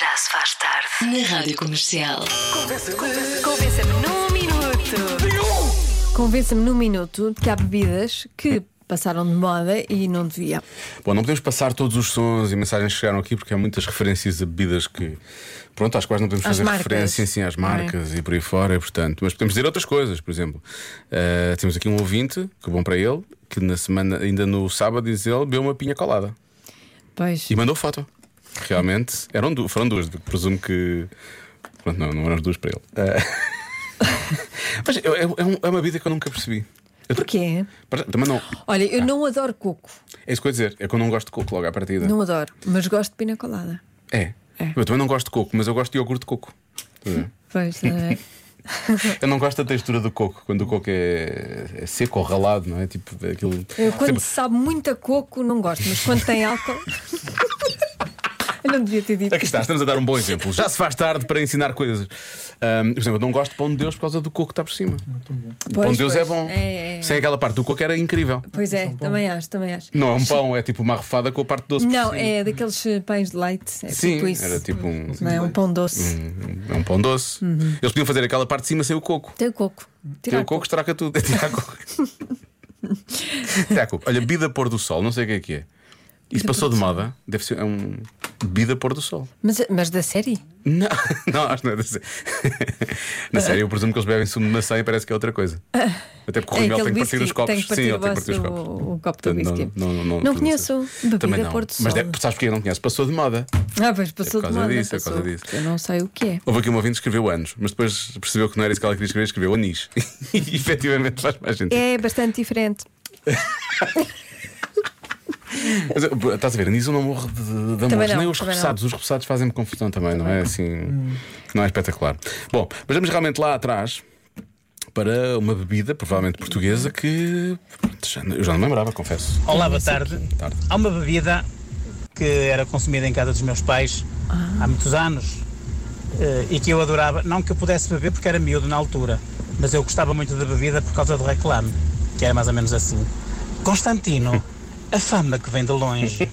Já se faz tarde na Rádio Comercial. Convença-me num minuto. Convença-me num minuto que há bebidas que passaram de moda e não devia. Bom, não podemos passar todos os sons e mensagens que chegaram aqui porque há muitas referências a bebidas que. Pronto, às quais não podemos Às fazer marcas. é? referência sim, às marcas e por aí fora, e, portanto. Mas podemos dizer outras coisas, por exemplo. eh, temos aqui um ouvinte, que bom para ele, que na semana, ainda no sábado, diz ele, bebeu uma pinha colada Pois. e mandou foto. Realmente, eram du foram duas, presumo que. Pronto, não, não eram as duas para ele. Eh, Mas é, é- é um- é uma bebida que eu nunca percebi. Eu- Porquê? Para- Também não. Olha, Ah. eu não adoro coco. É isso que eu ia dizer, é que eu não gosto de coco logo à partida. Não adoro, mas gosto de pina colada. É. É. Eu também não gosto de coco, mas eu gosto de iogurte de coco. Estás a ver? Pois, não é? Eu não gosto da textura do coco, quando o coco é, é seco ou ralado, não é? Tipo, aquilo. Eu quando Sempre- se sabe muito a coco, não gosto, mas quando tem álcool. eu não devia ter dito. Aqui está, estamos a dar um bom exemplo. Já se faz tarde para ensinar coisas. Ahm, por exemplo, eu não gosto de pão de Deus por causa do coco que está por cima. O pão Pois, de Deus é pois. bom. É, é, é. Sem aquela parte do coco era incrível. Pois é, também acho, também acho. Não é um pão, é tipo uma refada com a parte doce por Não, cima. é daqueles eh, pães de leite. É Sim, tipo isso. era tipo um, Não é Uhum. um pão doce. um- é um pão doce. Eles podiam fazer aquela parte de cima sem o coco. Tem o coco. Tem Tirar o coco, estraga tudo. É tirar coco. tirar coco. Olha, bebida pôr do sol, não sei o que é que é. Isso passou de moda. Deve ser é um. Bebida pôr do sol. Mas, mas da série? Não, não, acho que não é da série. Na série, eu presumo que eles bebem sumo de maçã e parece que é outra coisa. Até porque o É Rangel tem aquele que partir os whisky, copos. tem que Sim, partir ele o tem que partir os vosso- copos. o copo do Portanto, whisky. Não, não, não, Não pronuncia. conheço. Bebida Também não. pôr do Mas sol. deve- sabes porque eu não conheço? Passou de moda. Ah, pois passou É por de causa moda. disso, é por passou. causa disso. Eu não sei o que é. Houve aqui um ouvinte que escreveu anos, mas depois percebeu que não era isso que ela queria escrever, escreveu anis. e efetivamente faz mais sentido. É bastante diferente. Mas, uh, Estás a ver, nisso eu não morro de, de- de amor. não, Nem os também não. repousados. Os repousados fazem-me confusão também, não é assim. Não é espetacular. Bom, mas vamos realmente lá atrás para uma bebida, provavelmente portuguesa, que pronto, já não- eu já não me lembrava, confesso. Olá, boa tarde. Tarde. Há uma bebida que era consumida em casa dos meus pais há muitos anos eh, e que eu adorava, não que eu pudesse beber porque era miúdo na altura, mas eu gostava muito da bebida por causa do reclame, que era mais ou menos assim. Constantino, a fama que vem de longe.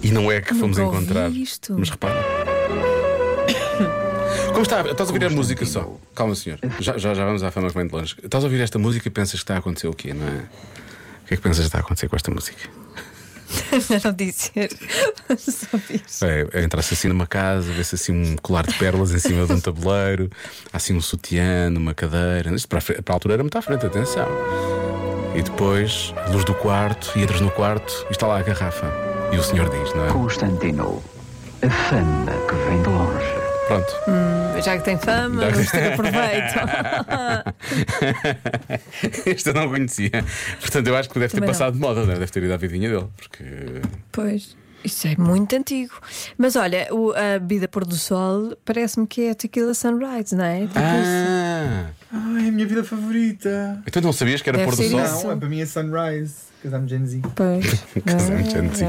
E não é que fomos Nunca ouvi encontrar. isto. Mas repara. Como está? Estás a ouvir a música só? Calma, senhor. Já, já, já vamos à fama que vem de longe. Estás a ouvir esta música e pensas que está a acontecer o quê, não é? O que é que pensas que está a acontecer com esta música? não dizer. Só fiz. É, entra-se assim numa casa, vê-se assim um colar de pérolas em cima de um tabuleiro, há assim um sutiã numa cadeira. Isto para, a fre- para a altura era muito à frente, atenção. E depois, a luz do quarto, e entras no quarto e está lá a garrafa. E o senhor diz, não é? Constantino, a fama que vem de longe. Pronto. Já que tem fama, vamos ter aproveito. este eu não conhecia. Portanto, eu acho que deve ter Também não. passado de moda, não é? deve ter ido à vidinha dele. Porque pois. Isso é muito antigo. Mas olha, o- a bebida pôr do sol parece-me que é tequila sunrise, não é? Tipo isso. Ah, Ah, é a minha vida favorita. então não sabias que era Deve pôr do ser sol? isso. Não, é para mim é Sunrise, because I'm Gen Z. Pois. Casamento de gente.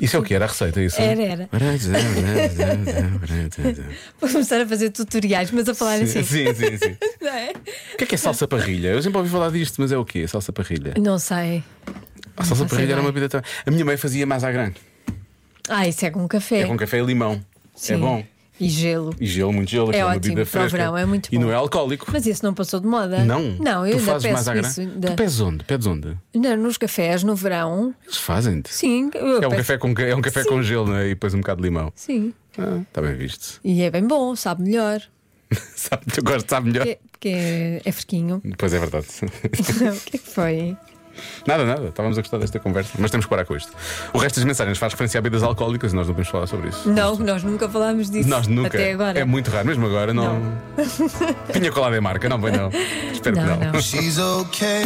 Isso é o que? Era a receita, isso? Era, era. Vou começar a fazer tutoriais, mas a falar sim, assim. sim, sim, sim. Não, é? O que é que é salsa parrilha? Eu sempre ouvi falar disto, mas é o quê? Salsa parrilha. não sei. A salsa Não sei parrilha era bem. uma bebida também. A minha mãe fazia mais à grande. Ah, isso é com café. É com café e limão. Sim. É bom. E gelo. E gelo, muito gelo, que é uma ótimo, bebida para o fresca. verão, é muito E bom. não é alcoólico. Mas isso não passou de moda. Não. Não, eu tu ainda fazes mais peço à grande. isso. ainda- Tu pedes onde? Pedes onde? Não, nos cafés, no verão, Eles fazem-te. sim. eu É um peço- café com, é um café com gelo né? e depois um bocado de limão. Sim. Ah, Está bem visto. E é bem bom, sabe melhor. Sabe, eu gosto, sabe melhor. Porque, porque é, é fresquinho. Pois é verdade. o que é que foi? nada, nada. Estávamos a gostar desta conversa, mas temos que parar com isto. O resto das mensagens faz referência a bebidas alcoólicas e nós não podemos falar sobre isso. Não, nós nunca falámos disso. Nós nunca. Até agora. É muito raro, mesmo agora não. Pinha colada é marca, não, bem não. Espero Não, que não. She's okay